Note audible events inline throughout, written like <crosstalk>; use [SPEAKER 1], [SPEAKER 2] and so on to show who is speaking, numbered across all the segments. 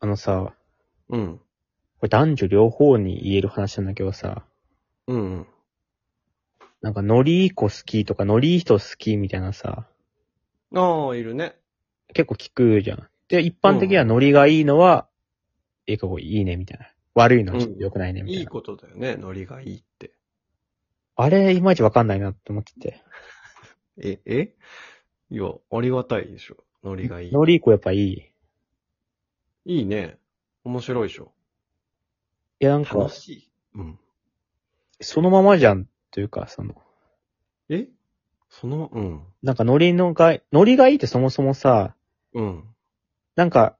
[SPEAKER 1] あのさ、
[SPEAKER 2] うん。
[SPEAKER 1] これ男女両方に言える話なんだけどさ、
[SPEAKER 2] うんうん。
[SPEAKER 1] なんかノリいい子好きとかノリいい人好きみたいなさ、
[SPEAKER 2] ああ、いるね。
[SPEAKER 1] 結構聞くじゃん。で、一般的には
[SPEAKER 2] うん
[SPEAKER 1] ノリがいいのは、ええかこいいねみたいな。悪いのは
[SPEAKER 2] うん
[SPEAKER 1] ちょっと良くないねみたいな。
[SPEAKER 2] いいことだよね、ノリがいいって。
[SPEAKER 1] あれ、いまいちわかんないなって思ってて。
[SPEAKER 2] え、えいや、ありがたいでしょ。ノリがいい。
[SPEAKER 1] ノリいい子やっぱいい。い
[SPEAKER 2] いいね。面白いでしょ。
[SPEAKER 1] やなんか
[SPEAKER 2] 楽、しい。うん。
[SPEAKER 1] そのままじゃんというか、その、
[SPEAKER 2] えその、うん。
[SPEAKER 1] なんかノリのが、ノリがいいってそもそもさ、
[SPEAKER 2] うん。
[SPEAKER 1] なんか、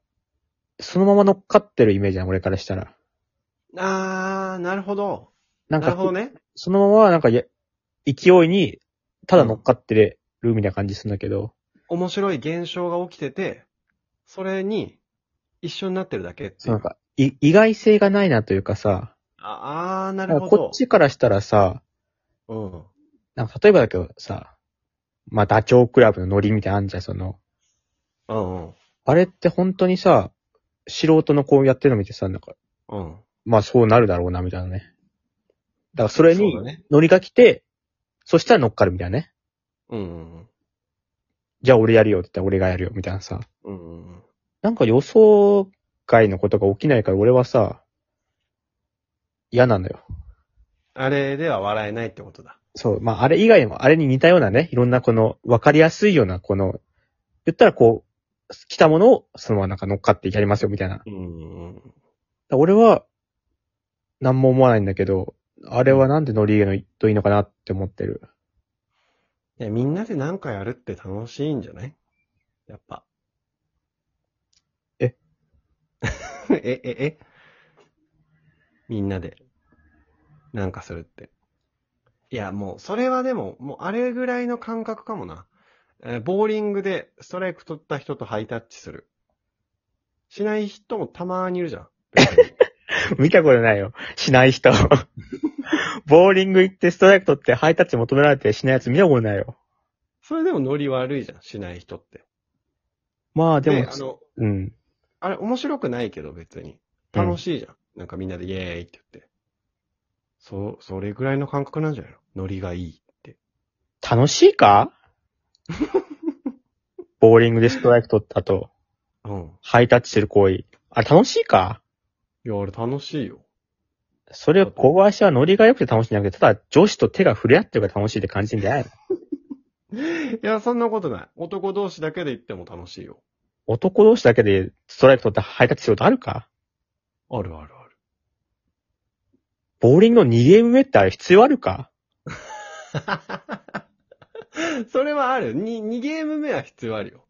[SPEAKER 1] そのまま乗っかってるイメージなの俺からしたら。
[SPEAKER 2] あー、なるほど。
[SPEAKER 1] な
[SPEAKER 2] なんる
[SPEAKER 1] か
[SPEAKER 2] ほ、どね。
[SPEAKER 1] そのまま、なんかや、勢いに、ただ乗っかってるみたいな感じするんだけど、
[SPEAKER 2] 面白い現象が起きてて、それに一緒になってるだけって
[SPEAKER 1] そ
[SPEAKER 2] い
[SPEAKER 1] の
[SPEAKER 2] う。
[SPEAKER 1] なんか、い意外性がないなというかさ、
[SPEAKER 2] ああー、
[SPEAKER 1] な
[SPEAKER 2] なる
[SPEAKER 1] んか
[SPEAKER 2] ほど。
[SPEAKER 1] こっちからしたらさ、
[SPEAKER 2] うん。
[SPEAKER 1] なんか例えばだけどさ、まあ、ダチョウ倶楽部のノリみたいなのあんじゃん、その、
[SPEAKER 2] うんうん。
[SPEAKER 1] あれって本当にさ、素人のこうやってるの見てさ、なんか、
[SPEAKER 2] うん。
[SPEAKER 1] まあそうなるだろうな、みたいなね。だからそれに
[SPEAKER 2] そうだね。
[SPEAKER 1] ノリが来て、そしたら乗っかるみたいなね。
[SPEAKER 2] うんうん
[SPEAKER 1] じゃあ俺やるよって言ったら俺がやるよ、みたいなさ。
[SPEAKER 2] うん。うんうんうん。
[SPEAKER 1] なんか予想外のことが起きないから俺はさ、嫌なんだよ。
[SPEAKER 2] あれでは笑えないってことだ。
[SPEAKER 1] そう。まあ、あれ以外にも、あれに似たようなね、いろんなこの、わかりやすいような、この、言ったらこう、来たものを、そのままなんか乗っかってやりますよ、みたいな。だか
[SPEAKER 2] うんうん。
[SPEAKER 1] ら俺は、なんも思わないんだけど、あれはなんで乗り入れるといいのかなって思ってる。 <laughs>
[SPEAKER 2] いや、みんなでなんかやるって楽しいんじゃないやっぱ。 <laughs>
[SPEAKER 1] え
[SPEAKER 2] え、え、えみんなで、なんかするって。いや、もう、それはでも、もう、あれぐらいの感覚かもな。えーボーリングでストライク取った人とハイタッチする。しない人もたまーにいる
[SPEAKER 1] <laughs>
[SPEAKER 2] じゃん。別に
[SPEAKER 1] 見たことないよ。しない人。 <laughs> ボーリング行ってストライク取ってハイタッチ求められてしないやつ見たことないよ。
[SPEAKER 2] それでもノリ悪いじゃん、しない人って。
[SPEAKER 1] まあでも、
[SPEAKER 2] あの、
[SPEAKER 1] うん。
[SPEAKER 2] あれ面白くないけど別に。
[SPEAKER 1] うん
[SPEAKER 2] 楽しいじゃん。なんかみんなでイエーイって言って。そ、それぐらいの感覚なんじゃないのノリがいいって。
[SPEAKER 1] 楽しい
[SPEAKER 2] <laughs>
[SPEAKER 1] かボーリングでストライク取った後、
[SPEAKER 2] うん。
[SPEAKER 1] ハイタッチする行為。あれ楽しいか
[SPEAKER 2] いや、あれ楽しいよ。
[SPEAKER 1] それ、小林はノリが良くて楽しいんじゃなくて、ただ女子と手が触れ合ってるから楽しいって感じてんじゃないの
[SPEAKER 2] <laughs> いや、そんなことない。男同士だけで行っても楽しいよ。
[SPEAKER 1] 男同士だけでストライク取ってハイタッチすることあるか
[SPEAKER 2] あるあるある。
[SPEAKER 1] ボーリングの2ゲーム目ってあれ必要あるか
[SPEAKER 2] <laughs> それはある。に、2ゲーム目は必要あるよ。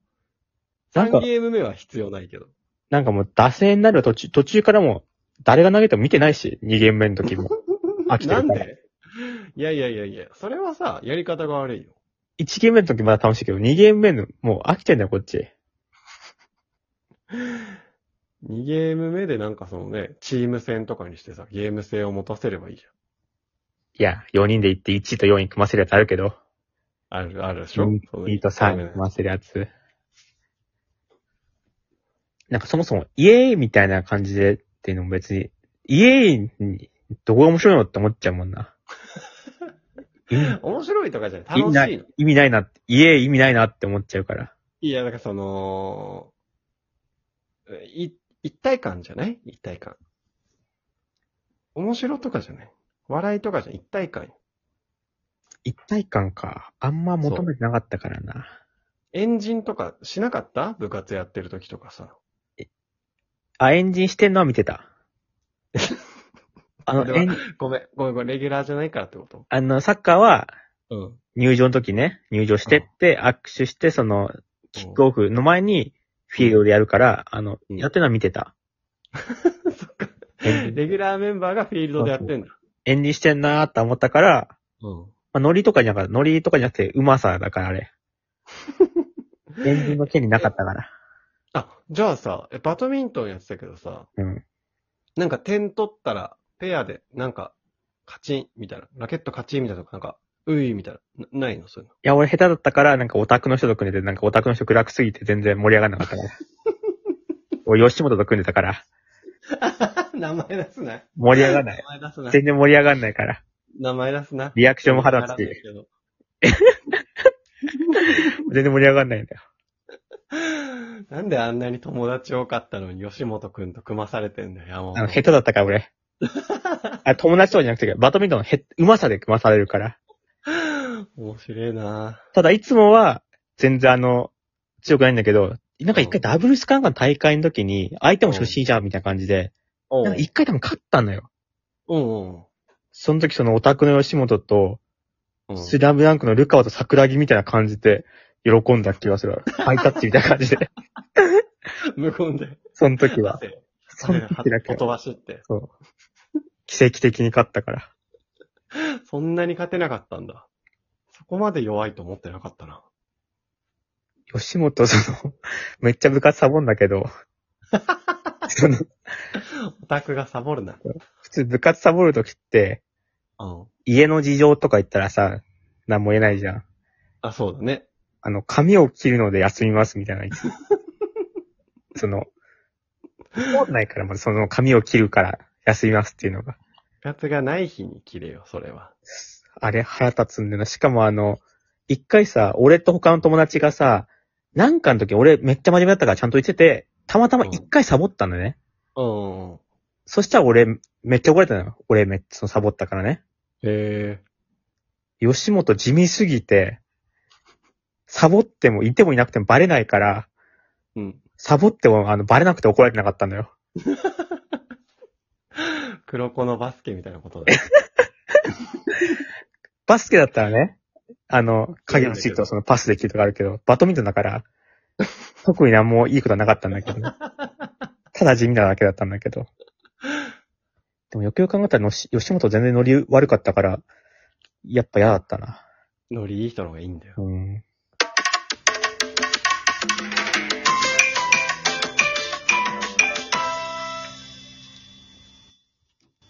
[SPEAKER 1] なんか
[SPEAKER 2] 3ゲーム目は必要ないけど。
[SPEAKER 1] なんかもう打線になる途中、途中からもう誰が投げても見てないし、2ゲーム目の
[SPEAKER 2] <laughs>
[SPEAKER 1] 時も。飽きてるか
[SPEAKER 2] な
[SPEAKER 1] ら
[SPEAKER 2] んでいやいやいやいや、それはさ、やり方が悪いよ。
[SPEAKER 1] 1ゲーム目の時まだ楽しいけど、2ゲーム目の、もう飽きてんだよ、こっち。
[SPEAKER 2] 2ゲーム目でなんかそのね、チーム戦とかにしてさ、ゲーム性を持たせればいいじ
[SPEAKER 1] いや、4人で行って1と4に組ませるやつあるけど、
[SPEAKER 2] ゃん。ある、あるでしょ
[SPEAKER 1] 2
[SPEAKER 2] その
[SPEAKER 1] と3に組
[SPEAKER 2] うん
[SPEAKER 1] ませるやつ。なんかそもそも、イエーイみたいな感じでっていうのも別に、イエーイに、どこが面白いのって思っちゃうもん
[SPEAKER 2] <laughs>
[SPEAKER 1] な。意味
[SPEAKER 2] 面白いとかじゃない。
[SPEAKER 1] 意味な
[SPEAKER 2] 楽し
[SPEAKER 1] い
[SPEAKER 2] いの。
[SPEAKER 1] 意味ないなって、イエーイ意味ないなって思っちゃうから。
[SPEAKER 2] いや、だからその、い、一体感じゃない一体感。面白とかじゃない笑いとかじゃん一体感よ。
[SPEAKER 1] 一体感か。あんま求めてなかったからな。
[SPEAKER 2] エンジンとかしなかった部活やってる時とかさ。
[SPEAKER 1] あ、エンジンしてんのは見て
[SPEAKER 2] <laughs>
[SPEAKER 1] た。あ
[SPEAKER 2] で
[SPEAKER 1] の、
[SPEAKER 2] は
[SPEAKER 1] エン
[SPEAKER 2] ごめん、ごめん、ごめん、レギュラーじゃないからってこと
[SPEAKER 1] あの、サッカーは、
[SPEAKER 2] うん。
[SPEAKER 1] 入場の時ね、入場してって、握手して、その、キックオフの前に、フィールドでやるから、あの、
[SPEAKER 2] うん
[SPEAKER 1] やってるのは見てた。
[SPEAKER 2] <laughs> そっか。レギュラーメンバーがフィールドでやってんだ。
[SPEAKER 1] 演じしてんなーって思ったから、
[SPEAKER 2] うん。
[SPEAKER 1] まあ、ノリとかじゃなくて、ノリとかじゃなくて、うまさだから、あ
[SPEAKER 2] <laughs>
[SPEAKER 1] れ。演じの権利なかったから。
[SPEAKER 2] あ、じゃあさ、えバドミントンやってたけどさ、
[SPEAKER 1] うん。
[SPEAKER 2] なんか点取ったら、ペアで、なんか、カチン、みたいな。ラケットカチン、みたいなとか、なんか、うい、みたいな。なないのそういう
[SPEAKER 1] いや、俺下手
[SPEAKER 2] <laughs>
[SPEAKER 1] だったから、なんかオタクの人と組んでて、なんかオタクの人暗くすぎて全然盛り上がんなかったから。俺吉本と組んでたから、 <laughs>
[SPEAKER 2] 名前出す <laughs> な。
[SPEAKER 1] 盛り上がんない。
[SPEAKER 2] 名前出すな。
[SPEAKER 1] 全然盛り上がんないから。
[SPEAKER 2] 名前出すな。
[SPEAKER 1] リアクションも肌つ
[SPEAKER 2] 笑って
[SPEAKER 1] き、
[SPEAKER 2] るけど
[SPEAKER 1] 全然盛り上がんないんだよ。
[SPEAKER 2] <laughs> なんであんなに友達多かったのに吉本くんと組まされてんだよ、山
[SPEAKER 1] あの、
[SPEAKER 2] 本。
[SPEAKER 1] 下手だったから俺。あ友達とかじゃなくて、バドミントンのへ、うまさで組まされるから。
[SPEAKER 2] 面白いな
[SPEAKER 1] ただいつもは、全然あの、強くないんだけど、なんか一回ダブルスかなんかの大会の時に、相手も初心者みたいな感じで、
[SPEAKER 2] お
[SPEAKER 1] なんか一回多分勝ったのよ。
[SPEAKER 2] うん
[SPEAKER 1] その時そのオタクの吉本と、
[SPEAKER 2] うん。
[SPEAKER 1] スラムダンクのルカワと桜木みたいな感じで、喜んだ気がする。ハイタッチみたいな感じで。
[SPEAKER 2] 無言で。
[SPEAKER 1] その時は。
[SPEAKER 2] 汗、
[SPEAKER 1] そ
[SPEAKER 2] 汗
[SPEAKER 1] の
[SPEAKER 2] が
[SPEAKER 1] 時だけ
[SPEAKER 2] ほ。とばしって。
[SPEAKER 1] 奇跡的に勝ったから。
[SPEAKER 2] そんなに勝てなかったんだ。そこまで弱いと思ってなかったな。
[SPEAKER 1] 吉本、その、めっちゃ部活サボんだけど、その、
[SPEAKER 2] オタクがサボるな。
[SPEAKER 1] 普通部活サボる時って、
[SPEAKER 2] うん。
[SPEAKER 1] 家の事情とか言ったらさ、何も言えないじゃん。
[SPEAKER 2] あ、そうだね。
[SPEAKER 1] あの、髪を切るので休みますみたいな。 <laughs> その、本来からまずその髪を切るから休みますっていうのが、
[SPEAKER 2] 部活がない日に切れよ、それは。
[SPEAKER 1] あれ腹立つんだよな。しかもあの、一回さ、俺と他の友達がさ、なんかの時俺めっちゃ真面目だったからちゃんと言ってて、たまたま一回サボったんだね。
[SPEAKER 2] うん。
[SPEAKER 1] そしたら俺、めっちゃ怒られたのよ。俺めっちゃサボったからね。
[SPEAKER 2] へえ。
[SPEAKER 1] 吉本地味すぎて、サボってもいてもいなくてもバレないから、
[SPEAKER 2] うん。
[SPEAKER 1] サボってもあのバレなくて怒られてなかったんだよ。
[SPEAKER 2] 黒子のバスケみたいなことだね。
[SPEAKER 1] バスケだったらね、あの、影のシートをそのパスで切るとかあるけど、バドミントンだから、特になんもいいことはなかったんだけど、ただ地味なだけだったんだけど。でもよくよく考えたらのし、吉本全然ノリ悪かったから、やっぱ嫌だったな。
[SPEAKER 2] ノリいい人の方がいいんだよ。
[SPEAKER 1] うん。